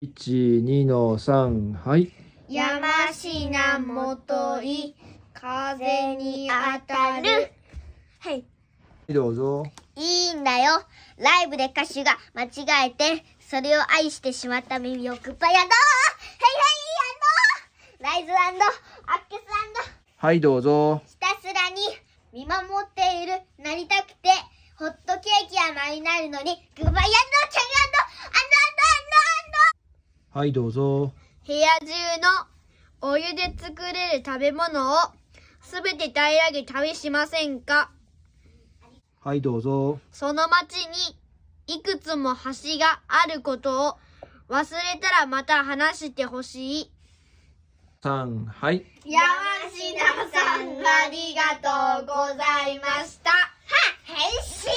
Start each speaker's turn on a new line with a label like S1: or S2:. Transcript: S1: 1、2の3、はい。
S2: 山科もとい風に当たるはい
S1: どうぞ。
S2: いいんだよライブで歌手が間違えてそれを愛してしまった耳をくっぱいやどヘイヘイライズアックス
S1: はい、どうぞ。
S2: ひたすらに見守っているなりたくてホットケーキ山になるのにグッバイアンドキャンアンドアンドアンドアンド
S1: はい、どうぞ。
S2: 部屋中のお湯で作れる食べ物をすべて平らげ旅しませんか
S1: はい、どうぞ。
S2: その町にいくつも橋があることを忘れたらまた話してほしい。
S1: 3、はい。
S2: 山科さんありがとうございました。は、変身